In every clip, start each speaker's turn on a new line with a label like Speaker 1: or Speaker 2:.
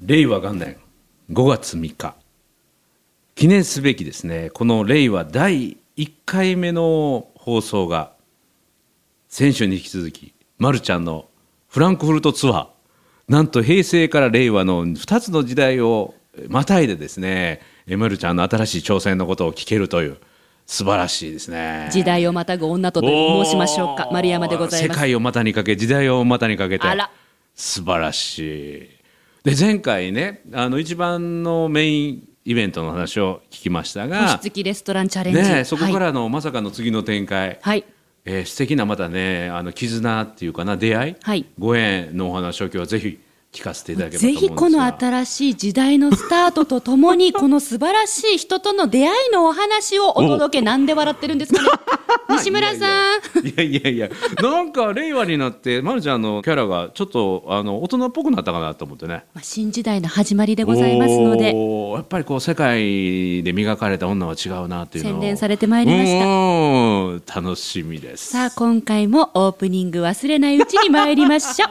Speaker 1: 令和元年5月3日記念すべきですねこの令和第1回目の放送が先週に引き続き、ま、るちゃんのフランクフルトツアーなんと平成から令和の2つの時代をまたいでですねえまるちゃんの新しい挑戦のことを聞けるという素晴らしいですね
Speaker 2: 時代をまたぐ女とと申しましょうか
Speaker 1: おー
Speaker 2: 丸山でございま
Speaker 1: 世
Speaker 2: す
Speaker 1: 界を股にかけ時代を股にかけて
Speaker 2: あら
Speaker 1: 素晴らしいで前回ねあの一番のメインイベントの話を聞きました
Speaker 2: 星
Speaker 1: が、
Speaker 2: 付きレストランチャレンジ、
Speaker 1: ねえ、そこか
Speaker 2: はい、
Speaker 1: らのまさかの次の展開、
Speaker 2: はい
Speaker 1: えー素敵なまたねあの絆っていうかな出会い、
Speaker 2: はい
Speaker 1: ご縁のお話を今日はぜひ聞かせていただければと
Speaker 2: ぜ
Speaker 1: 思うんです
Speaker 2: ひ
Speaker 1: が
Speaker 2: この新しい時代のスタートとともにこの素晴らしい人との出会いのお話をお届けなんで笑ってるんで すかね西村さん
Speaker 1: いやいやいやいやなんか令和になってまるちゃんのキャラがちょっとあの大人っぽくなったかなと思ってね
Speaker 2: まあ、新時代の始まりでございますので
Speaker 1: おーやっぱりこう世界で磨かれた女は違うなというのを
Speaker 2: 洗練されてまいりました
Speaker 1: た楽しみです
Speaker 2: さあ今回もオープニング忘れないうちに参りましょう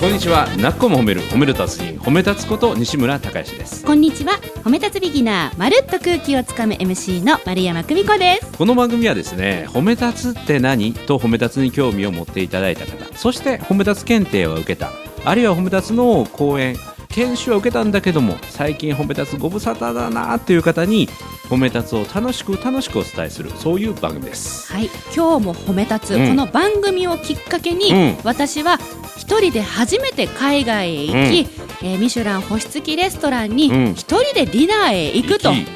Speaker 1: こんにちはなっこも褒める褒める達人褒め立つこと西村孝之です
Speaker 2: こんにちは褒め立つビギナーまるっと空気をつかむ MC の丸山久美子です
Speaker 1: この番組はですね褒め立つって何と褒め立つに興味を持っていただいた方そして褒め立つ検定は受けたあるいは褒め立つの講演研修は受けたんだけども最近褒め立つご無沙汰だなっていう方に褒め立つを楽しく楽しくお伝えするそういう番組です
Speaker 2: はい今日も褒め立つ、
Speaker 1: うん
Speaker 2: この番組をきっかけに、
Speaker 1: うん
Speaker 2: 私は一人で初めて海外へ行き、えーミシュラン星付きレストランに
Speaker 1: うん
Speaker 2: 一人でディナーへ行くと、
Speaker 1: うん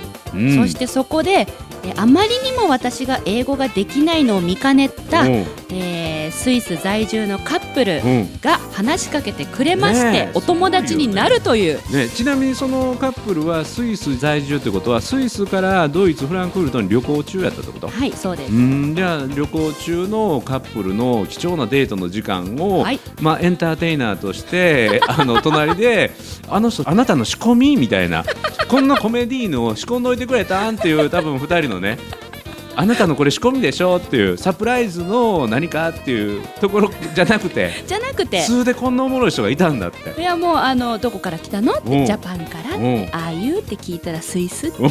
Speaker 2: そしてそこで、えーあまりにも私が英語ができないのを見かねた、
Speaker 1: うん
Speaker 2: えースイス在住のカップル
Speaker 1: うん
Speaker 2: が話しかけてくれまして、
Speaker 1: ねえ
Speaker 2: お友達になるという。
Speaker 1: ね、ちなみにそのカップルはスイス在住ということはスイスからドイツフランクフルトに旅行中やったってこと
Speaker 2: はい、そうです
Speaker 1: う。んじゃあ旅行中のカップルの貴重なデートの時間を、
Speaker 2: はい
Speaker 1: まあ、エンターテイナーとして あの隣であの人あなたの仕込みみたいなこんなコメディーヌを仕込んどいてくれたんっていう多分2人のねあなたのこれ仕込みでしょっていうサプライズの何かっていうところじゃなくて
Speaker 2: じゃなくて
Speaker 1: 普、通でこんなおもろい人がいたんだって
Speaker 2: い。やもうあのどこから来たのっ
Speaker 1: うん
Speaker 2: てジャパンから
Speaker 1: う
Speaker 2: っ
Speaker 1: ん
Speaker 2: てああいうって聞いたらスイスって
Speaker 1: うん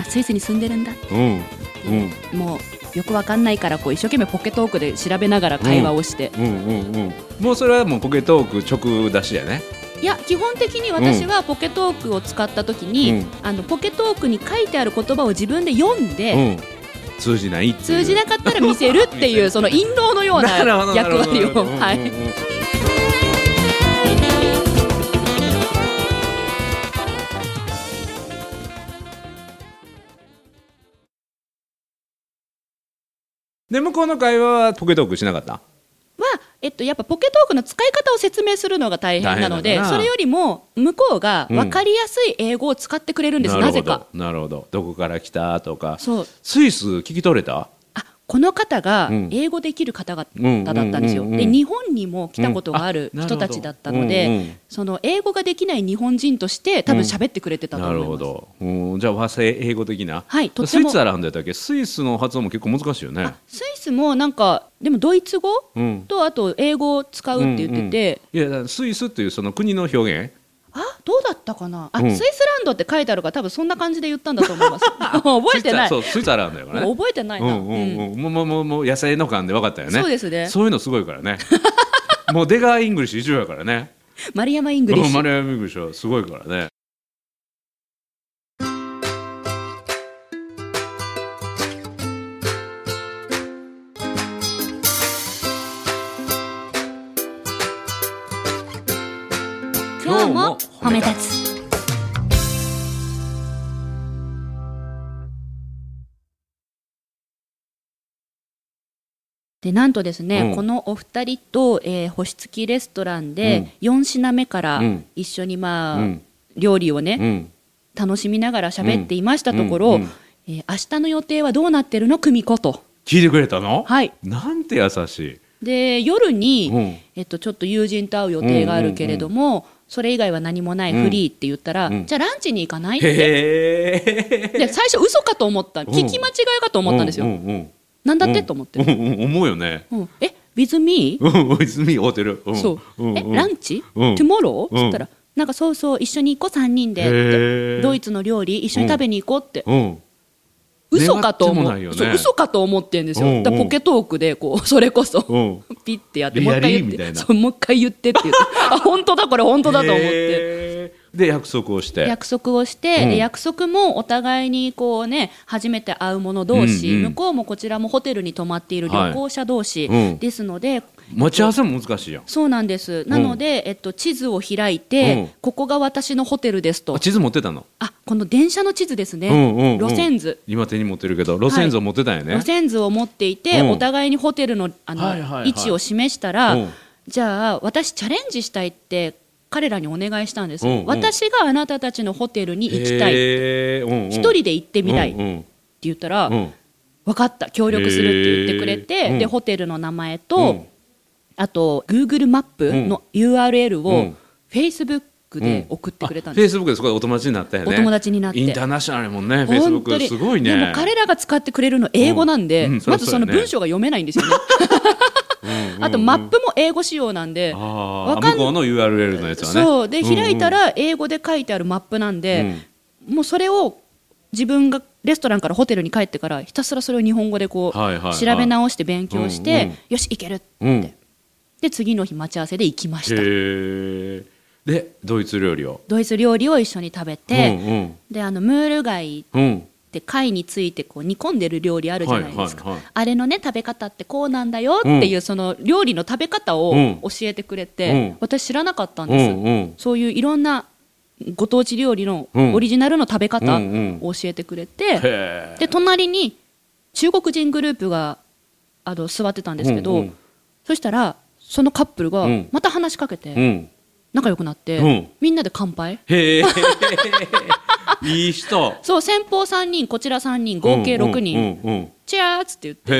Speaker 2: あスイスに住んでるんだ
Speaker 1: うんうん
Speaker 2: もうよくわかんないからこう一生懸命ポケトークで調べながら会話をして、
Speaker 1: うんうんうん、もうそれはもうポケトーク直出しやね。
Speaker 2: いや基本的に私はポケトークを使った時に、
Speaker 1: うん
Speaker 2: あのポケトークに書いてある言葉を自分で読んで、
Speaker 1: うん、通じないっていう
Speaker 2: 通じなかったら見せるって いうその印籠のような
Speaker 1: るほど
Speaker 2: 役割
Speaker 1: なるほ
Speaker 2: を、
Speaker 1: ど
Speaker 2: は
Speaker 1: う
Speaker 2: い
Speaker 1: んうんうんで向こうの会話はポケトークしなかった
Speaker 2: は、えっと、やっぱポケトークの使い方を説明するのが大変なの
Speaker 1: 大変
Speaker 2: で
Speaker 1: だな
Speaker 2: それよりも向こうが分かりやすい英語を使ってくれるんです、
Speaker 1: な
Speaker 2: な
Speaker 1: る
Speaker 2: ぜ
Speaker 1: ほど
Speaker 2: か。
Speaker 1: なるほどどこから来たとか
Speaker 2: そう
Speaker 1: スイス聞き取れた
Speaker 2: あこの方が
Speaker 1: うん
Speaker 2: 英語できる方々
Speaker 1: うん
Speaker 2: だったんですよ、
Speaker 1: うんうんうん
Speaker 2: で日本にも来たことがある
Speaker 1: うんあ
Speaker 2: 人たちだったので、
Speaker 1: なるほどうんうん
Speaker 2: その英語ができない日本人として多分喋ってくれてたと
Speaker 1: な
Speaker 2: 思い
Speaker 1: るほ
Speaker 2: ます、
Speaker 1: ど、うん、じゃあ和製英語的な、
Speaker 2: はいとって
Speaker 1: ス
Speaker 2: も
Speaker 1: イスアラウンドやったっけスイスの発音も結構難しいよね
Speaker 2: あスイスもなんかでもドイツ語、
Speaker 1: うん
Speaker 2: とあと英語を使うって言ってて、
Speaker 1: うんうんいやスイスっていうその国の表現
Speaker 2: あどうだったかなあ、
Speaker 1: うん
Speaker 2: スイスランドって書いてあるから多分そんな感じで言ったんだと思います もう覚えてな
Speaker 1: スイスは
Speaker 2: い
Speaker 1: そうスイスアラウンドやからね
Speaker 2: もう覚えてないな、
Speaker 1: うんうん
Speaker 2: うん
Speaker 1: うん、もうもうもうもう野生の感で分かったよね
Speaker 2: そうですね
Speaker 1: そういうのすごいから ねもう出川イングリッシュ一応やからね
Speaker 2: 丸山イングリッ
Speaker 1: うん
Speaker 2: シ
Speaker 1: マ
Speaker 2: ュ
Speaker 1: リア・ミグリッシュはすごいからね
Speaker 2: 今日も褒め立つでなんとですね、
Speaker 1: うん
Speaker 2: このお二人と、えー星付きレストランで4品目から
Speaker 1: うん
Speaker 2: 一緒にまあ、
Speaker 1: うん
Speaker 2: 料理をね、
Speaker 1: うん
Speaker 2: 楽しみながら喋っていましたところ、
Speaker 1: うんうん
Speaker 2: えー明日の予定はどうなってるの久美子と
Speaker 1: 聞いてくれたの、
Speaker 2: はい
Speaker 1: なんて優しい
Speaker 2: で夜に、
Speaker 1: うん
Speaker 2: えっと、ちょっと友人と会う予定があるけれども、それ以外は何もないフリーって言ったら、
Speaker 1: うん
Speaker 2: じゃあランチに行かないって
Speaker 1: へえ
Speaker 2: で最初嘘かと思った
Speaker 1: ん
Speaker 2: 聞き間違いかと思ったんですよ、
Speaker 1: うんうんうん
Speaker 2: なんだってと思って、
Speaker 1: うんうんうん思うよね
Speaker 2: うんえ with me?
Speaker 1: うんうん泉ホテルうん
Speaker 2: そう、
Speaker 1: ん
Speaker 2: え
Speaker 1: ん
Speaker 2: ランチ、
Speaker 1: うん
Speaker 2: tomorrow
Speaker 1: うん
Speaker 2: つったら、なんかそうそう、一緒に行こう、3人
Speaker 1: へ
Speaker 2: でっ
Speaker 1: ー
Speaker 2: て、ドイツの料理、一緒に食べに行こうって、
Speaker 1: うん
Speaker 2: 嘘かと思
Speaker 1: 願ってもな
Speaker 2: う、
Speaker 1: いよね
Speaker 2: そう嘘かと思ってんですよ、
Speaker 1: うんうん
Speaker 2: だからポケトークでこう、それこそ、
Speaker 1: うん
Speaker 2: ピッてやって、
Speaker 1: リ
Speaker 2: もう
Speaker 1: ア
Speaker 2: 一
Speaker 1: リー
Speaker 2: 回言っ
Speaker 1: みたい
Speaker 2: て、
Speaker 1: な
Speaker 2: そうもう一回言ってって言って、あ本当だ、これ、本当だと思って。
Speaker 1: へーで約束をして
Speaker 2: 約束をして、
Speaker 1: うん
Speaker 2: で約束もお互いにこうね初めて会う者同士、
Speaker 1: うんうん
Speaker 2: 向こうもこちらもホテルに泊まっている旅行者同士
Speaker 1: はいうん
Speaker 2: ですので、
Speaker 1: 待ち合わせも難しいじゃん
Speaker 2: そうなんです。なので、えっと、地図を開いて、
Speaker 1: うん
Speaker 2: ここが私のホテルですと
Speaker 1: あ。地図持ってたの
Speaker 2: あ、この電車の地図ですね。
Speaker 1: うんうんうん
Speaker 2: 路線図。
Speaker 1: 今手に持ってるけど路線図を持ってたんよね、
Speaker 2: 路線図を持っていて、
Speaker 1: うん
Speaker 2: お互いにホテルのあの、
Speaker 1: はいはいはい
Speaker 2: 位置を示したら、
Speaker 1: うん
Speaker 2: じゃあ私チャレンジしたいって彼らにお願いしたんです、
Speaker 1: うんうん
Speaker 2: 私があなたたちのホテルに行きたい
Speaker 1: へーうんうん
Speaker 2: 一人で行ってみたいっ
Speaker 1: う
Speaker 2: て
Speaker 1: ん
Speaker 2: 言ったら、
Speaker 1: うんうん
Speaker 2: 分かった協力するって言ってくれて、
Speaker 1: へー
Speaker 2: で
Speaker 1: うん
Speaker 2: ホテルの名前と、
Speaker 1: うん
Speaker 2: あと Google マップの URL
Speaker 1: う
Speaker 2: を
Speaker 1: ん
Speaker 2: Facebook で送ってくれたん
Speaker 1: フ
Speaker 2: で
Speaker 1: ェイ
Speaker 2: す、
Speaker 1: スブックでそこでお友達になったよね
Speaker 2: お友達になって
Speaker 1: インターナショナルやもんねフェイスブ
Speaker 2: 本
Speaker 1: ッ
Speaker 2: 当
Speaker 1: ク
Speaker 2: に
Speaker 1: すごいね
Speaker 2: でも彼らが使ってくれるの英語なんで、
Speaker 1: うんうんそり
Speaker 2: ま
Speaker 1: ゃ
Speaker 2: ず
Speaker 1: そう
Speaker 2: そ
Speaker 1: やね
Speaker 2: の文章が読めないんですよねあとマップも英語仕様なんで
Speaker 1: あ
Speaker 2: わ
Speaker 1: あ
Speaker 2: か
Speaker 1: 向
Speaker 2: ん
Speaker 1: こうの URL のやつはね
Speaker 2: そうで開いた
Speaker 1: うん
Speaker 2: ら英語で書いてあるマップなんで、もうそれを自分がレストランからホテルに帰ってからひたすらそれを日本語でこう、
Speaker 1: はいはいはい
Speaker 2: 調べ直して勉強して、
Speaker 1: うんうん
Speaker 2: よし行けるって、
Speaker 1: うん、うんへ
Speaker 2: で次の日待ち合わせで行きました
Speaker 1: えでドイツ料理を
Speaker 2: ドイツ料理を一緒に食べて、
Speaker 1: うんうん
Speaker 2: であのムール貝
Speaker 1: うん
Speaker 2: って貝についてこう煮込んでる料理あるじゃないですか、
Speaker 1: はいはいはい
Speaker 2: あれのね食べ方ってこうなんだよっていう、
Speaker 1: う
Speaker 2: その料理の食べ方を
Speaker 1: うん
Speaker 2: 教えてくれて、
Speaker 1: うん
Speaker 2: 私知らなかったん
Speaker 1: う
Speaker 2: です、
Speaker 1: んうん
Speaker 2: そういういろんなご当地料理の
Speaker 1: うん
Speaker 2: オリジナルの食べ方
Speaker 1: うんうん
Speaker 2: を教えてくれ
Speaker 1: へ
Speaker 2: て、
Speaker 1: え
Speaker 2: で隣に中国人グループがあの座ってたんですけど、
Speaker 1: うんうん
Speaker 2: そしたらそのカップルが
Speaker 1: うん
Speaker 2: また話しかけ
Speaker 1: う
Speaker 2: て
Speaker 1: ん
Speaker 2: 仲良くなって、
Speaker 1: うん
Speaker 2: みんなで乾杯
Speaker 1: へえいい人
Speaker 2: そう先方3人こちら3人合計6人、
Speaker 1: うんうんうんうん
Speaker 2: チェアーっつって言って。
Speaker 1: へ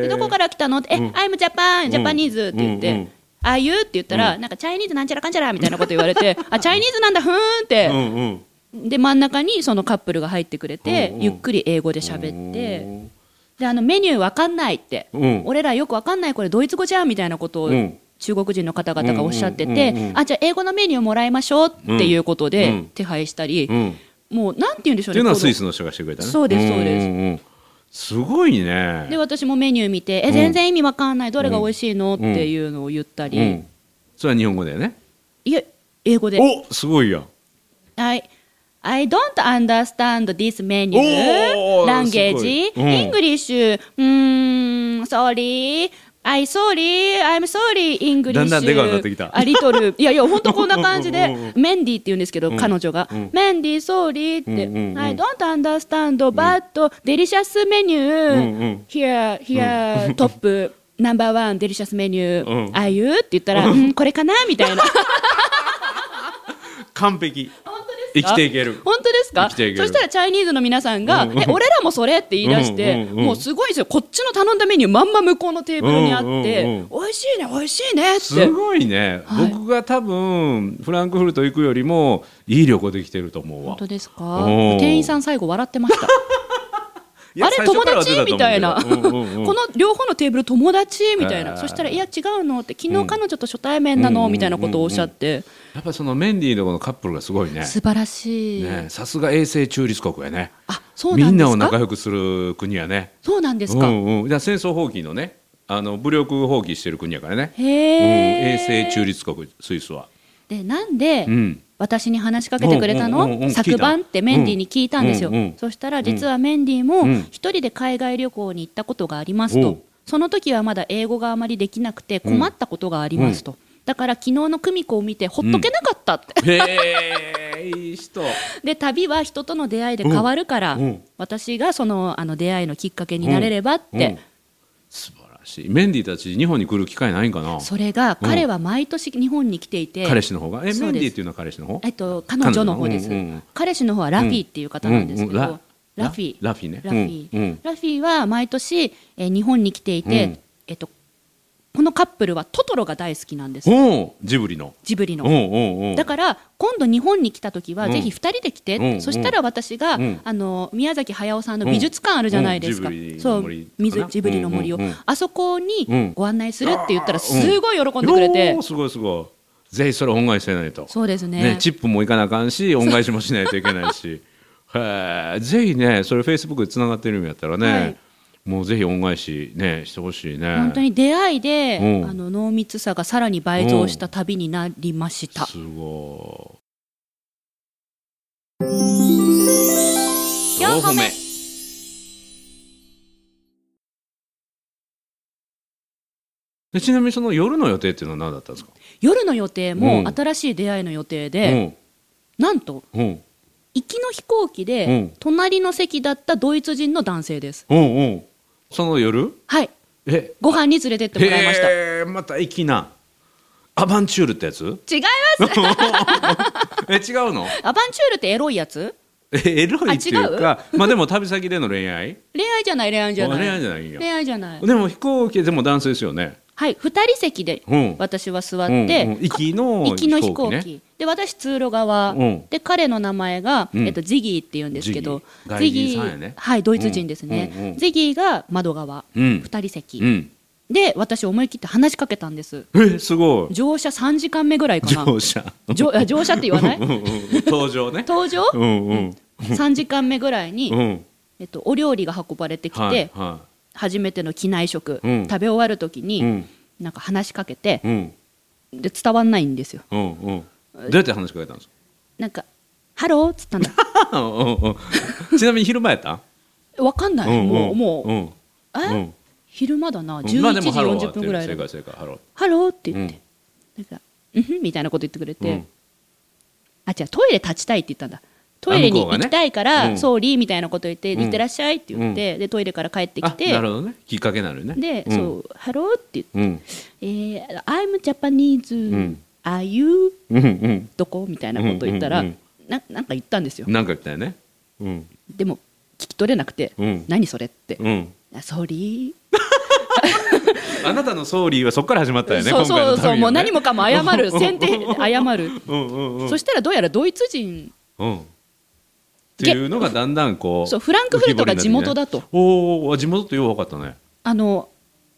Speaker 2: で
Speaker 1: え
Speaker 2: どこから来たのって、え、
Speaker 1: うん
Speaker 2: I'm Japan, Japanese って言って、
Speaker 1: うんうん
Speaker 2: ああいうって言ったら、なんかチャイニーズなんちゃらかんちゃらみたいなこと言われて、 あ、チャイニーズなんだ、ふーんって
Speaker 1: う、んうん
Speaker 2: で、真ん中にそのカップルが入ってくれて、
Speaker 1: うんうん
Speaker 2: ゆっくり英語で喋って、で、あの、メニューわかんないって、
Speaker 1: うん
Speaker 2: 俺らよくわかんない、これドイツ語じゃんみたいなことを、
Speaker 1: うん
Speaker 2: 中国人の方々がおっしゃってて、
Speaker 1: うんうんうんうん
Speaker 2: あ、じゃあ英語のメニューもらいましょうっていうこと
Speaker 1: う
Speaker 2: で
Speaker 1: ん
Speaker 2: 手配したり、
Speaker 1: うん
Speaker 2: もうなんて言うんでしょ
Speaker 1: っ
Speaker 2: う
Speaker 1: てい
Speaker 2: ね。
Speaker 1: うのは
Speaker 2: こ
Speaker 1: スイスの人がしてくれたね
Speaker 2: そうですそうです
Speaker 1: んんんすごいね
Speaker 2: で、私もメニュー見て、え、全然意味わかんない、どれが美味しいの、っていうのを言ったり、
Speaker 1: うん、それは日本語だよね
Speaker 2: いや、英語で。
Speaker 1: おすごいやん
Speaker 2: I, I don't understand this menu,
Speaker 1: おー
Speaker 2: language,
Speaker 1: すごいうん
Speaker 2: English, うーん、sorry, I sorry, I'm sorry, English.
Speaker 1: だんだんでかくなってきた
Speaker 2: あ、リトル。いやいや、ほんとこんな感じ
Speaker 1: うんうん
Speaker 2: で、メンディーって言うんですけど、彼女が、メンディー、sorry って、
Speaker 1: うんうんうん
Speaker 2: I don't understand, but delicious メニュー、
Speaker 1: うんうん
Speaker 2: here, here, トップ、ナンバーワン、デリシャスメニュ
Speaker 1: う
Speaker 2: ー、
Speaker 1: ん
Speaker 2: ああいうって言ったら、うん、これかなみたいな。
Speaker 1: 完璧
Speaker 2: 本当です
Speaker 1: 生き
Speaker 2: か
Speaker 1: ていける
Speaker 2: 本当ですか
Speaker 1: 生きていける
Speaker 2: そしたらチャイニーズの皆さんが、え俺らもそれって言い出して、
Speaker 1: うんうんうん
Speaker 2: もうすごいですよこっちの頼んだメニューまんま向こうのテーブルにあって、
Speaker 1: うんうんうん
Speaker 2: 美味しいね美味しいねっ
Speaker 1: す
Speaker 2: て
Speaker 1: ごいね、
Speaker 2: はい
Speaker 1: 僕が多分フランクフルト行くよりもいい旅行できてると思うわ
Speaker 2: 本当ですか
Speaker 1: おー
Speaker 2: 店員さん最後笑ってました
Speaker 1: いや
Speaker 2: あれ
Speaker 1: 最
Speaker 2: 友
Speaker 1: 初からは
Speaker 2: 達みたいな、
Speaker 1: 出たと思うけどうんうんうん
Speaker 2: この両方のテーブル友達みたいな、
Speaker 1: へー
Speaker 2: そしたらいや違うのって昨日彼女と初対面なの、みたいなことをおっしゃって、
Speaker 1: やっぱそのメンディーのこのカップルがすごいね
Speaker 2: 素晴らしい、
Speaker 1: ねさすが永世中立国やね
Speaker 2: あそう
Speaker 1: み
Speaker 2: なん
Speaker 1: ん
Speaker 2: で
Speaker 1: なを
Speaker 2: す
Speaker 1: 仲
Speaker 2: か
Speaker 1: 良くする国やね
Speaker 2: そうなんですか、
Speaker 1: うんうん、じゃあ戦争放棄のねあの武力放棄してる国やからね、
Speaker 2: へ
Speaker 1: うん、
Speaker 2: え、
Speaker 1: 永世中立国スイスは
Speaker 2: でなんで、
Speaker 1: うん
Speaker 2: 私に話しかけてくれたの、
Speaker 1: うんうんうんうん
Speaker 2: 昨晩ってメンディーに聞いたんですよ、
Speaker 1: うんうんうん
Speaker 2: そしたら実はメンディーも
Speaker 1: うん
Speaker 2: 一人で海外旅行に行ったことがありますと、
Speaker 1: おう
Speaker 2: その時はまだ英語があまりできなくて困ったことがありますと、だから昨日の久美子を見てほっとけなかったって、
Speaker 1: へえいい人
Speaker 2: で旅は人との出会いで変わるから、
Speaker 1: うんうん
Speaker 2: 私がそのあの出会いのきっか けになれればって、
Speaker 1: うん素晴らしいメンディーたち日本に来る機会ないんかな
Speaker 2: それが彼は毎年日本に来ていて、
Speaker 1: 彼氏の方がえ
Speaker 2: そ
Speaker 1: メ
Speaker 2: う
Speaker 1: ンデ
Speaker 2: です
Speaker 1: ィーっていうのは彼氏の方
Speaker 2: えっと、彼女の方です
Speaker 1: 彼女のうんうんうん
Speaker 2: 彼氏の方はラフィーっていう方なんですけど、
Speaker 1: うんうんうんラ
Speaker 2: ラフィー
Speaker 1: ラフィーね
Speaker 2: ラフィー、
Speaker 1: うんうん
Speaker 2: ラフィーは毎年、えー日本に来ていて、
Speaker 1: うん
Speaker 2: えっと、このカップルはトトロが大好きなんです
Speaker 1: おうジブリの
Speaker 2: ジブリの
Speaker 1: おうおうおう
Speaker 2: だから今度日本に来た時は
Speaker 1: うん
Speaker 2: ぜひ2人で来て、
Speaker 1: うん
Speaker 2: そしたら私が、
Speaker 1: うん
Speaker 2: あの宮崎駿さんの美術館あるじゃないですか、
Speaker 1: うんうんジブリ
Speaker 2: そ
Speaker 1: の
Speaker 2: う
Speaker 1: 森かな
Speaker 2: 水ジブリの森を、
Speaker 1: うんうんうん
Speaker 2: あそこ
Speaker 1: う
Speaker 2: に
Speaker 1: ん
Speaker 2: ご案内するって言ったらすごい喜んでくれて、
Speaker 1: おーすごいすごいぜひそれ恩返しせないと
Speaker 2: そうですね
Speaker 1: ねチップもいかなあかんし恩返しもしないといけないし へえぜひねそれフェイスブックでつながってるんやったらね、
Speaker 2: はい
Speaker 1: もうぜひ恩返しねしてほしいね
Speaker 2: 本当に出会いで、
Speaker 1: うん
Speaker 2: あの濃密さがさらに倍増した旅になりました、
Speaker 1: すごい
Speaker 2: 四歩目
Speaker 1: でちなみにその夜の予定っていうのは何だったんですか、
Speaker 2: 夜の予定
Speaker 1: う
Speaker 2: も
Speaker 1: ん
Speaker 2: 新しい出会いの予定で、なんと
Speaker 1: うんうん
Speaker 2: 行きの飛行機で、
Speaker 1: うん
Speaker 2: 隣の席だったドイツ人の男性です
Speaker 1: うんうんその夜
Speaker 2: はい
Speaker 1: え
Speaker 2: ご飯に連れてってもらいました
Speaker 1: へえまた粋なアバンチュールってや つ
Speaker 2: 違います
Speaker 1: え違うの
Speaker 2: アバンチュールってエロいやつ
Speaker 1: えエロいっていう
Speaker 2: あ
Speaker 1: かまあでも旅先での恋愛
Speaker 2: 恋愛じゃない恋愛じゃない
Speaker 1: あ恋愛じゃないんや
Speaker 2: 恋愛じゃない
Speaker 1: でも飛行機でも男性ですよね
Speaker 2: はい二人席で
Speaker 1: うん
Speaker 2: 私は座っ
Speaker 1: うん
Speaker 2: て、
Speaker 1: うん行きの
Speaker 2: 行きの飛
Speaker 1: 飛行
Speaker 2: 行機
Speaker 1: 機ね
Speaker 2: で私通路側、
Speaker 1: うん
Speaker 2: で彼の名前が、
Speaker 1: うん
Speaker 2: えっと、ジギーって言うんですけど
Speaker 1: ジギー外人さんやね
Speaker 2: はいドイツ人ですね、
Speaker 1: うんうんうん
Speaker 2: ジギーが窓側、
Speaker 1: うん
Speaker 2: 二人席、
Speaker 1: うん
Speaker 2: で私思い切って話しかけたんです
Speaker 1: えすごい
Speaker 2: 乗車3時間目ぐらいかな
Speaker 1: 乗車
Speaker 2: 乗あ乗車って言わな
Speaker 1: う
Speaker 2: い
Speaker 1: んうんうん登場 ね
Speaker 2: 搭乗
Speaker 1: うんうん
Speaker 2: 3時間目ぐらいに、
Speaker 1: うん
Speaker 2: えっと、お料理が運ばれてきて、
Speaker 1: はいは
Speaker 2: 初めての機内食、
Speaker 1: うん
Speaker 2: 食べ終わる時
Speaker 1: い
Speaker 2: に、
Speaker 1: うん
Speaker 2: なんか話しかけて
Speaker 1: うん
Speaker 2: で伝わんないんですよ
Speaker 1: うんうんどうやって話しかけたんです
Speaker 2: なんか「ハロー」っつったんだ
Speaker 1: か うんうんうんちなみに昼間やった
Speaker 2: わかんない、
Speaker 1: うん
Speaker 2: もう、
Speaker 1: うん
Speaker 2: もう、
Speaker 1: ん
Speaker 2: え、
Speaker 1: うん
Speaker 2: 昼間だな11時
Speaker 1: まあでもハローは合
Speaker 2: 40
Speaker 1: って
Speaker 2: 分
Speaker 1: る
Speaker 2: ぐらいだ、
Speaker 1: 正解正解ハロー
Speaker 2: ハローって
Speaker 1: う
Speaker 2: 言
Speaker 1: ん
Speaker 2: って、なんか「うんふん」みたいなこと言ってくれて、
Speaker 1: うん
Speaker 2: あ違うトイレ立ちたいって言ったんだトイレに
Speaker 1: 向こう
Speaker 2: 行
Speaker 1: がね
Speaker 2: きたいから、
Speaker 1: うん
Speaker 2: ソーリーみたいなこと言って「
Speaker 1: うん
Speaker 2: 行ってらっしゃい」って言って、でトイレから帰ってきて
Speaker 1: あなるほどねきっかけなのよね
Speaker 2: で、
Speaker 1: うん
Speaker 2: そう「ハロー」って言って
Speaker 1: うん
Speaker 2: 「えー、I'm Japanese、
Speaker 1: ん
Speaker 2: Are you
Speaker 1: うんうん
Speaker 2: どこ?」みたいなこと言ったら、
Speaker 1: うんうん
Speaker 2: ななんか言ったんですよ
Speaker 1: なんか言ったよねうん
Speaker 2: でも聞き取れなくて「
Speaker 1: うん
Speaker 2: 何それ?」って
Speaker 1: うん
Speaker 2: 「あソーリー」
Speaker 1: あなたの総理はそこから始まったよね
Speaker 2: そうそうそう、もう
Speaker 1: 今回
Speaker 2: 何も
Speaker 1: の
Speaker 2: かも謝る先手
Speaker 1: 旅
Speaker 2: 謝る、
Speaker 1: をねうんうんうん
Speaker 2: そしたらどうやらドイツ人
Speaker 1: うんっていうのがだんだんこう
Speaker 2: そうフランクフルトが地元だと
Speaker 1: 浮き彫りになってねおお地元ってよう分かったね
Speaker 2: あの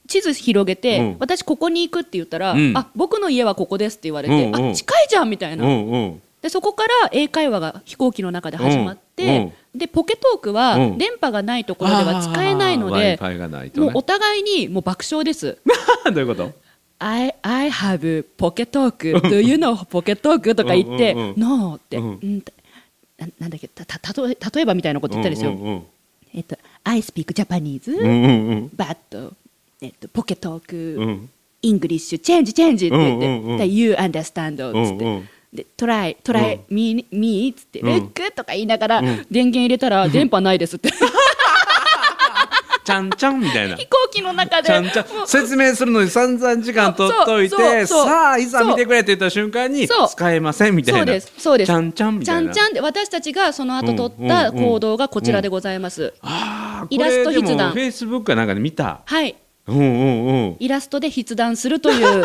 Speaker 2: 地図広げて、
Speaker 1: うん
Speaker 2: 私ここに行くって言ったら、
Speaker 1: うん
Speaker 2: あ僕の家はここですって言われて、
Speaker 1: うんうん
Speaker 2: あ近いじゃんみたいうな、
Speaker 1: んうん
Speaker 2: でそこから英会話が飛行機の中で始まって、でポケトークは
Speaker 1: うん
Speaker 2: 電波がないところでは使えないので、
Speaker 1: Wi-Fi がないと
Speaker 2: もう
Speaker 1: ね
Speaker 2: お互いにもう爆笑です。
Speaker 1: どういうこと
Speaker 2: I, I have ポケトーク Do you know ポケトークとか言って
Speaker 1: うんうんうん
Speaker 2: No って、う
Speaker 1: うんん
Speaker 2: ななんだっけたたとえ例えばみたいなこと言ったんですよ、
Speaker 1: うんうん
Speaker 2: えっと、I speak Japanese、
Speaker 1: うんうんうん
Speaker 2: but えっと、ポケトーク、
Speaker 1: うん
Speaker 2: イングリッシュチェンジチェンジって言って、
Speaker 1: うんうんうん
Speaker 2: で You understand っつって、
Speaker 1: うんうん
Speaker 2: で try try、me me っつって、
Speaker 1: うん
Speaker 2: レックとか言いながら、
Speaker 1: うん
Speaker 2: 電源入れたら電波ないですって 飛
Speaker 1: ちゃんちゃんみたいな
Speaker 2: 行機の中で
Speaker 1: ちゃんちゃん
Speaker 2: もう
Speaker 1: 説明するのに散々時間取っとい
Speaker 2: そうそう
Speaker 1: て
Speaker 2: そう
Speaker 1: さあいざ
Speaker 2: そう
Speaker 1: 見てくれって言った瞬間に
Speaker 2: そう
Speaker 1: 使えませんみたいな
Speaker 2: そうですそうです
Speaker 1: ちゃんちゃんみ
Speaker 2: ちゃ
Speaker 1: たい
Speaker 2: ん
Speaker 1: な
Speaker 2: ちゃんで私たちがその後取った
Speaker 1: うんうんうん
Speaker 2: 行動がこちらでございます、
Speaker 1: あー
Speaker 2: イラスト
Speaker 1: こ
Speaker 2: 筆談
Speaker 1: れでもフェイスブックかなんかで見た
Speaker 2: はい
Speaker 1: うんうんうん
Speaker 2: イラストで筆談すると いう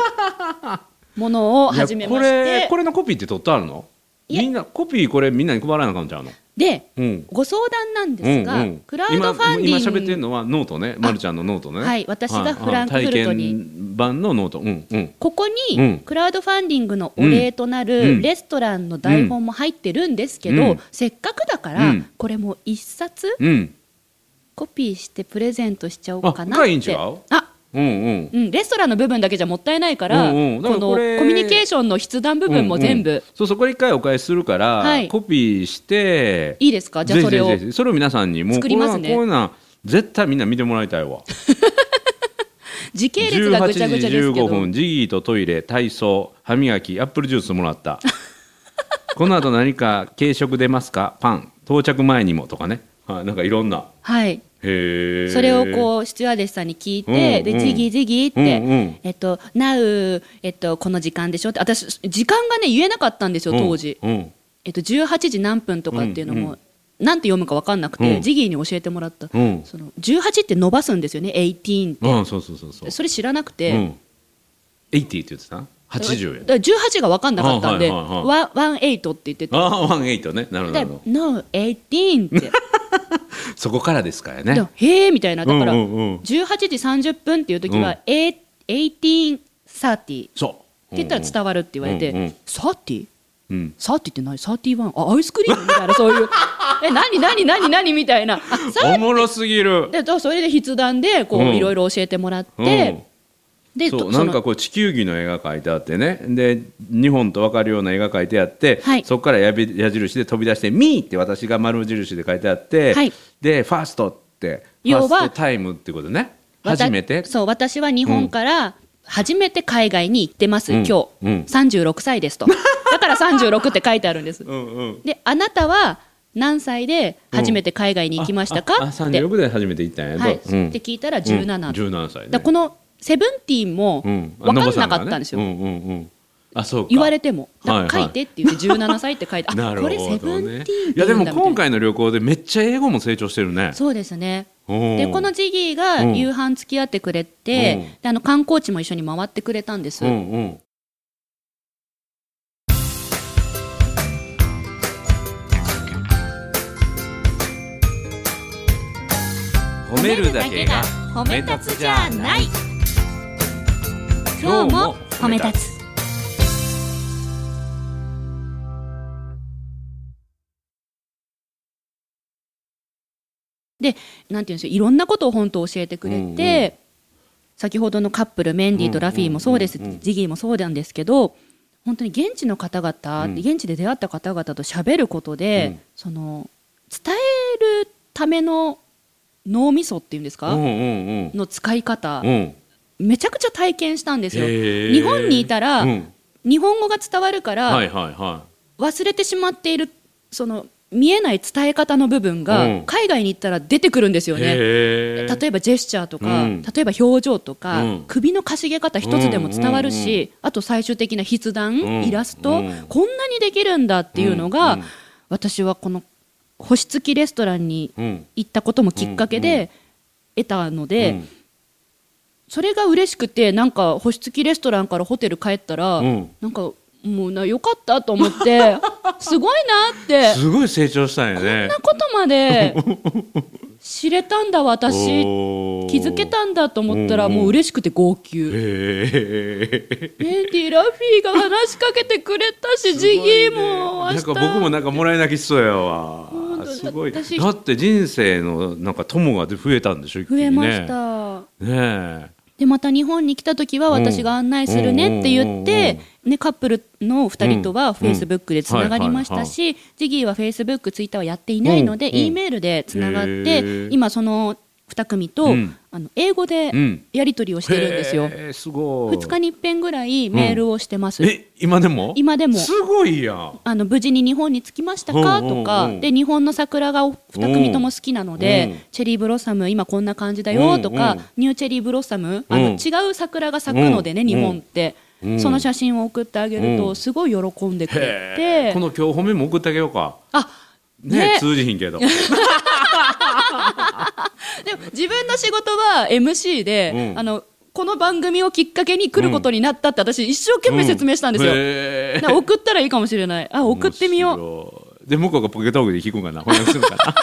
Speaker 2: ものを
Speaker 1: いや
Speaker 2: 始めま
Speaker 1: こ
Speaker 2: し
Speaker 1: れ
Speaker 2: て
Speaker 1: これのコピーって取ってあるの
Speaker 2: いや
Speaker 1: みんなコピーこれみんなに配らなあかんちゃうの
Speaker 2: で
Speaker 1: うん
Speaker 2: ご相談なんで
Speaker 1: うん
Speaker 2: すが、
Speaker 1: うん
Speaker 2: クラウドファンデ
Speaker 1: 今
Speaker 2: ィ
Speaker 1: 今喋って
Speaker 2: ン
Speaker 1: る
Speaker 2: グ
Speaker 1: のはノートね、ま、るちゃんのノートね
Speaker 2: はい私がフランクフルト
Speaker 1: は
Speaker 2: に
Speaker 1: いはい体験版のノートうんうん
Speaker 2: ここ
Speaker 1: う
Speaker 2: に
Speaker 1: ん
Speaker 2: クラウドファンディングのお礼とな
Speaker 1: う
Speaker 2: る
Speaker 1: ん
Speaker 2: レストランの台本も入ってるんですけど、
Speaker 1: うん
Speaker 2: せっかくだから
Speaker 1: うん
Speaker 2: これも一冊
Speaker 1: うん
Speaker 2: コピーしてプレゼントしちゃおうかな
Speaker 1: あ
Speaker 2: っ
Speaker 1: がいいん違
Speaker 2: て
Speaker 1: う
Speaker 2: あ
Speaker 1: うんうん
Speaker 2: うん、レストランの部分だけじゃもったいないから,、
Speaker 1: うんうんだから
Speaker 2: このコ
Speaker 1: これ
Speaker 2: ミュニケーションの筆談部分も全部、
Speaker 1: うんうんそうそこで一回お返しするから、
Speaker 2: はい
Speaker 1: コピーして
Speaker 2: いいですかじゃあそれを
Speaker 1: ぜひぜひぜひそれを皆さんにもう
Speaker 2: 作りますね
Speaker 1: こういうのは絶対みんな見てもらいたいわ
Speaker 2: 時系列が
Speaker 1: 18
Speaker 2: ぐちゃぐちゃで
Speaker 1: 時
Speaker 2: すけど
Speaker 1: 15分ジギーとトイレ体操歯磨きアップルジュースもらった この後何か軽食出ますかパン到着前にもとかねはいなんかいろんな
Speaker 2: はい、
Speaker 1: へえ
Speaker 2: それをこうシチュアーデスさんに聞いて、
Speaker 1: うんうん
Speaker 2: でジギージギーって、
Speaker 1: うんうん
Speaker 2: えっと「Now、えっと、この時間でしょ」って私時間がね言えなかったんですよ当時、
Speaker 1: うんうん
Speaker 2: えっと、18時何分とかっていうのもなんて読むか分かんなくて、
Speaker 1: うん
Speaker 2: ジギーに教えてもらった、
Speaker 1: うん
Speaker 2: その18って伸ばすんですよね18って、
Speaker 1: うんそうそうそうそう
Speaker 2: それ知らなくて、
Speaker 1: うん、80って言ってた80円
Speaker 2: だから18が分かんなかったんで、
Speaker 1: はいはいはい
Speaker 2: ワンワンエイトって言ってて、
Speaker 1: ああ18ねなるほどな
Speaker 2: で
Speaker 1: るほど
Speaker 2: No, 18って、
Speaker 1: そこからですから
Speaker 2: で
Speaker 1: ね
Speaker 2: へえみたいな、だから、
Speaker 1: うんうんうん
Speaker 2: 18時30分っていう時は、え18、30って
Speaker 1: そう
Speaker 2: 言ったら伝わるって言われて、
Speaker 1: うんうん
Speaker 2: 30?
Speaker 1: うんうん
Speaker 2: サーティって何サーティワンあアイスクリームみたいなそう いうえ何何何何みたいなあ
Speaker 1: うんお
Speaker 2: さ
Speaker 1: もろすぎる
Speaker 2: でとそれで筆談でこ
Speaker 1: う
Speaker 2: うんいろいろ教えてもらって、で
Speaker 1: そう
Speaker 2: と
Speaker 1: な
Speaker 2: そ
Speaker 1: んか
Speaker 2: の
Speaker 1: こう地球儀の絵が描いてあってねで2本と分かるような絵が描いてあって、
Speaker 2: はい
Speaker 1: そこから矢び矢印で飛び出して「ミー」って私が丸印で書いてあって、
Speaker 2: はい
Speaker 1: で「ファースト」って「ファ
Speaker 2: 要は
Speaker 1: ーストタイム」ってことね
Speaker 2: わた
Speaker 1: 初めて
Speaker 2: そう私は日本から初めて海外に行ってます、
Speaker 1: うん
Speaker 2: 今日、
Speaker 1: うん
Speaker 2: 36歳ですとだから36って書いてある んです
Speaker 1: うんうん
Speaker 2: であなたは何歳で初めて海外に行きましたか、
Speaker 1: あああ
Speaker 2: って、
Speaker 1: 36で初めて行ったんや
Speaker 2: はい
Speaker 1: どうん
Speaker 2: って聞いたら17、
Speaker 1: うん、17歳ね
Speaker 2: だからこのセブンティーンも分かんなかったんですよ、
Speaker 1: うあ伸ばさなかったねうんうんうんあそうか
Speaker 2: 言われても、だから
Speaker 1: はいはい
Speaker 2: 書いてって言って17歳って書い て、
Speaker 1: な
Speaker 2: あ
Speaker 1: る
Speaker 2: こ
Speaker 1: ほど
Speaker 2: れ
Speaker 1: ね
Speaker 2: セブンティーンって
Speaker 1: いやで
Speaker 2: 言うん
Speaker 1: も
Speaker 2: だみたい
Speaker 1: 今
Speaker 2: な。
Speaker 1: 回の旅行でめっちゃ英語も成長してるね
Speaker 2: そうですね。
Speaker 1: で
Speaker 2: でこのジギーが
Speaker 1: うん
Speaker 2: 夕飯付き合ってくれ
Speaker 1: うん
Speaker 2: て、であの観光地も一緒に回ってくれたんです。
Speaker 1: うんうん褒めるだけが
Speaker 2: 褒
Speaker 1: め立つじゃない
Speaker 2: 今日も褒め立つ。で、なんていうんでしょう、いろんなことを本当教えてくれて、
Speaker 1: うんうん
Speaker 2: 先ほどのカップルメンディーとラフィーもそうです、
Speaker 1: うんうんうんうん
Speaker 2: ジギーもそうなんですけど本当に現地の方々、
Speaker 1: うん
Speaker 2: 現地で出会った方々と喋ることで、
Speaker 1: うん
Speaker 2: その伝えるための脳みそっていうんですか、
Speaker 1: うんうん
Speaker 2: の使い方、
Speaker 1: うんうん
Speaker 2: めちゃくちゃ体験したんですよ。
Speaker 1: へー
Speaker 2: 日本にいたら、
Speaker 1: うん
Speaker 2: 日本語が伝わるから、
Speaker 1: はいはいは
Speaker 2: 忘れてしまっているその見えない伝え方の部分が、
Speaker 1: うん
Speaker 2: 海外に行ったら出てくるんですよ
Speaker 1: い
Speaker 2: ね。
Speaker 1: へー
Speaker 2: 例えばジェスチャーとか、
Speaker 1: うん
Speaker 2: 例えば表情とか、
Speaker 1: うん
Speaker 2: 首のかしげ方一つでも伝わるし、
Speaker 1: うんう
Speaker 2: あと最終的な筆談、
Speaker 1: うん
Speaker 2: イラスト、
Speaker 1: うん
Speaker 2: こんなにできるんだっていうのが、
Speaker 1: うんうん
Speaker 2: 私はこの星付きレストランに
Speaker 1: うん
Speaker 2: 行ったこともきっかけ
Speaker 1: うんう
Speaker 2: で得たので、
Speaker 1: うん
Speaker 2: それが嬉しくてなんか星付きレストランからホテル帰ったら、
Speaker 1: うん
Speaker 2: なんかもうなよかったと思って すごいなって
Speaker 1: すごい成長したんや
Speaker 2: そん
Speaker 1: ね
Speaker 2: なことまで知れたんだ私
Speaker 1: おー
Speaker 2: 気づけたんだと思ったら
Speaker 1: うんうん
Speaker 2: もう嬉しくて号泣。
Speaker 1: へー
Speaker 2: メンディーラフィーが話しかけてくれたし、ジギーも
Speaker 1: なん
Speaker 2: 明日
Speaker 1: か僕もなんかもらい泣きしそうやわ
Speaker 2: 本当だ
Speaker 1: すごいだ
Speaker 2: 私
Speaker 1: って人生のなんか友が増えたんでしょ一気
Speaker 2: 増え
Speaker 1: にね
Speaker 2: ました、
Speaker 1: ね
Speaker 2: でまた日本に来た時は私が案内するねって言って、ね、カップルの2人とはフェイスブックでつながりましたしジギーはフェイスブックツイッターはやっていないので、
Speaker 1: うん
Speaker 2: E メールでつながっ
Speaker 1: へ
Speaker 2: て
Speaker 1: ー
Speaker 2: 今その2組と、
Speaker 1: うん
Speaker 2: あの英語で
Speaker 1: うん
Speaker 2: やり取りを
Speaker 1: え
Speaker 2: してるんですよ。
Speaker 1: へーすごい
Speaker 2: 2日に1遍ぐらいメールをしてます。
Speaker 1: え今でも
Speaker 2: 今でも
Speaker 1: すごいやん
Speaker 2: あの無事に日本に着きましたか
Speaker 1: うんうんうん
Speaker 2: とか、で日本の桜が2組とも好きなので、
Speaker 1: うん
Speaker 2: チェリーブロッサム今こんな感じだよとか、
Speaker 1: うんうん
Speaker 2: ニューチェリーブロッサムあの、
Speaker 1: うん
Speaker 2: 違う桜が咲くのでね、
Speaker 1: うん
Speaker 2: 日本って、
Speaker 1: うん
Speaker 2: その写真を送ってあげる
Speaker 1: う
Speaker 2: と
Speaker 1: ん
Speaker 2: すごい喜んでくれ
Speaker 1: へ
Speaker 2: て、
Speaker 1: ーこの今日褒めも送ってあげようか
Speaker 2: あ
Speaker 1: ね
Speaker 2: ね
Speaker 1: 通じひんけ ど
Speaker 2: でも自分の仕事は MC で、
Speaker 1: うん
Speaker 2: あのこの番組をきっかけに来ることになったって私一生懸命説明したんですよ。
Speaker 1: うへー
Speaker 2: だから送ったらいいかもしれない。あ送ってみよう。
Speaker 1: うで向こうがポケトークで聞くんかな翻訳するんかな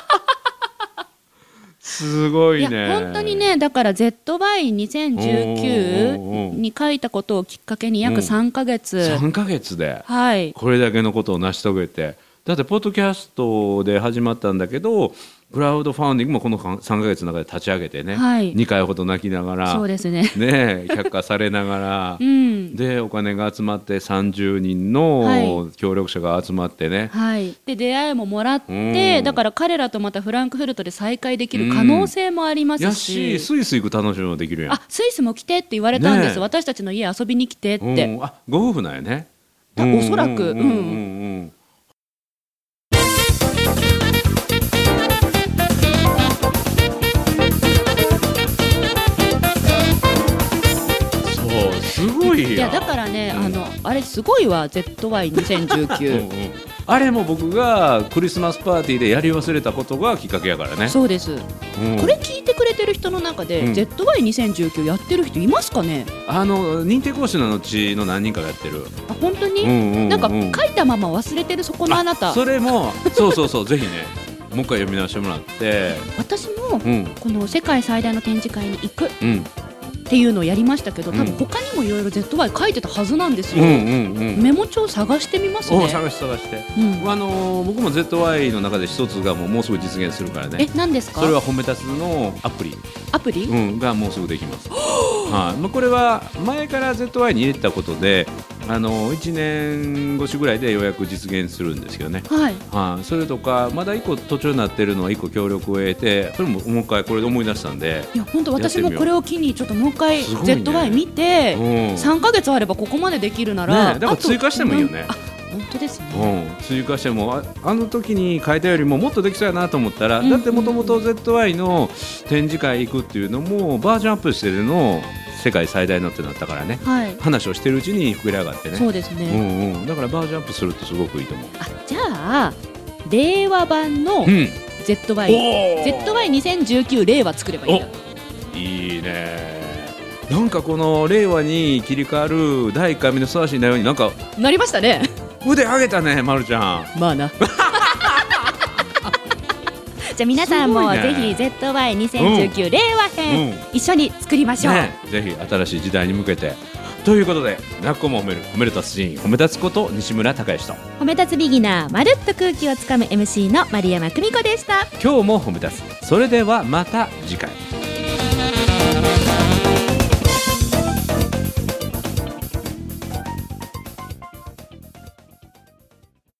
Speaker 1: すごいね
Speaker 2: いや本当に
Speaker 1: へ
Speaker 2: ねだから
Speaker 1: うんうんうんう
Speaker 2: ZY2019
Speaker 1: ん
Speaker 2: に書いたことをきっかけに約
Speaker 1: うん
Speaker 2: 3ヶ月、
Speaker 1: 3か月で
Speaker 2: はい
Speaker 1: これだけのことを成し遂げてだってポッドキャストで始まったんだけどクラウドファンディングもこの3か月の中で立ち上げてね、
Speaker 2: はい
Speaker 1: 2回ほど泣きながら
Speaker 2: そうで すね
Speaker 1: ねえ却下されながら
Speaker 2: う、ん
Speaker 1: でお金が集まって30人
Speaker 2: は
Speaker 1: の協力者が集まってね、
Speaker 2: はいで出会いももらっ
Speaker 1: う
Speaker 2: て
Speaker 1: ん
Speaker 2: だから彼らとまたフランクフルトで再会できる可能性もありま
Speaker 1: や
Speaker 2: すし,、
Speaker 1: しスイスイ行く楽しみもできるやん
Speaker 2: あスイスも来てって言われたんで
Speaker 1: ね
Speaker 2: す、
Speaker 1: え
Speaker 2: 私たちの家遊びに来てって、
Speaker 1: うん、あご夫婦なんやね
Speaker 2: だおそらく
Speaker 1: うんうんそうすごいやん
Speaker 2: いやだからね、あのあれすごいわ ZY2019、
Speaker 1: うんうんあれも僕がクリスマスパーティーでやり忘れたことがきっかけやからね。
Speaker 2: そうです
Speaker 1: うん
Speaker 2: これ聞いてくれてる人の中で、
Speaker 1: うん
Speaker 2: ZY2019 やってる人いますかね
Speaker 1: あの認定講師の後の何人かがやってる。
Speaker 2: あ本当に、
Speaker 1: うんうんうん
Speaker 2: なんか書いたまま忘れてるそこのあなた
Speaker 1: それもそうそうそうぜひねもう一回読み直してもらって。
Speaker 2: 私も
Speaker 1: うん
Speaker 2: この世界最大の展示会に行くっ
Speaker 1: うん
Speaker 2: ていうのをやりましたけど多分
Speaker 1: うん
Speaker 2: 他にもいろいろ ZY 書いてたはずなんです
Speaker 1: うん
Speaker 2: よ、
Speaker 1: うんうん。
Speaker 2: メモ帳探してみます
Speaker 1: お
Speaker 2: ね、
Speaker 1: 探し探して。
Speaker 2: うん
Speaker 1: あのー僕も ZY の中で一つがもうもうすぐ実現するから
Speaker 2: え
Speaker 1: ね。
Speaker 2: 何です
Speaker 1: それ
Speaker 2: か
Speaker 1: は褒め立つのアプリ、
Speaker 2: アプリ、
Speaker 1: うん、がもうすぐできます。はい、まあこれは前から ZY に入れてたことで、あのー、1年越しぐらいでようやく実現するんですけどね。
Speaker 2: はい
Speaker 1: はい、それとかまだ一個途中になってるのは一個協力を得てそれももう一回これで思い出したんで、
Speaker 2: いや本当
Speaker 1: やって
Speaker 2: 私
Speaker 1: みよう
Speaker 2: もこれを機にちょっともう一回
Speaker 1: すごいね
Speaker 2: ZY 見て、
Speaker 1: うん
Speaker 2: 3か月あればここまでできるなら、
Speaker 1: ねえだから
Speaker 2: あと
Speaker 1: 追加してもいいよね
Speaker 2: あ本当ですね、
Speaker 1: うん、追加してもああの時に変えたよりももっとできそうやなと思ったら、
Speaker 2: うん
Speaker 1: だってもともと ZY の展示会行くっていうのもバージョンアップしてるのを世界最大のってなったからね
Speaker 2: はい
Speaker 1: 話をしてるうちに膨れ上がってね
Speaker 2: そうですね、
Speaker 1: うんうん、だからバージョンアップするとすごくいいと思う。
Speaker 2: あじゃあ令和版
Speaker 1: う
Speaker 2: の
Speaker 1: ん、
Speaker 2: ZY、
Speaker 1: おー
Speaker 2: ZY2019 令和作ればいいんだ
Speaker 1: いいねなんかこの令和に切り替わる第1回目のふさわしい内容になんか
Speaker 2: なりましたね
Speaker 1: 腕上げたね、ま、るちゃん。
Speaker 2: ま あなじゃあ皆さん
Speaker 1: す
Speaker 2: も
Speaker 1: ごい
Speaker 2: ぜ
Speaker 1: ね
Speaker 2: ひ ZY2019 令和編、
Speaker 1: うん
Speaker 2: 一緒に作りましょう、
Speaker 1: ね、ぜひ新しい時代に向けてということで「なっこも褒める褒める達人褒め立つこと西村孝之と
Speaker 3: 褒め立つビギナーまるっと空気をつかむ MC の丸山久美子でした
Speaker 1: 今日も褒め立つそれではまた次回。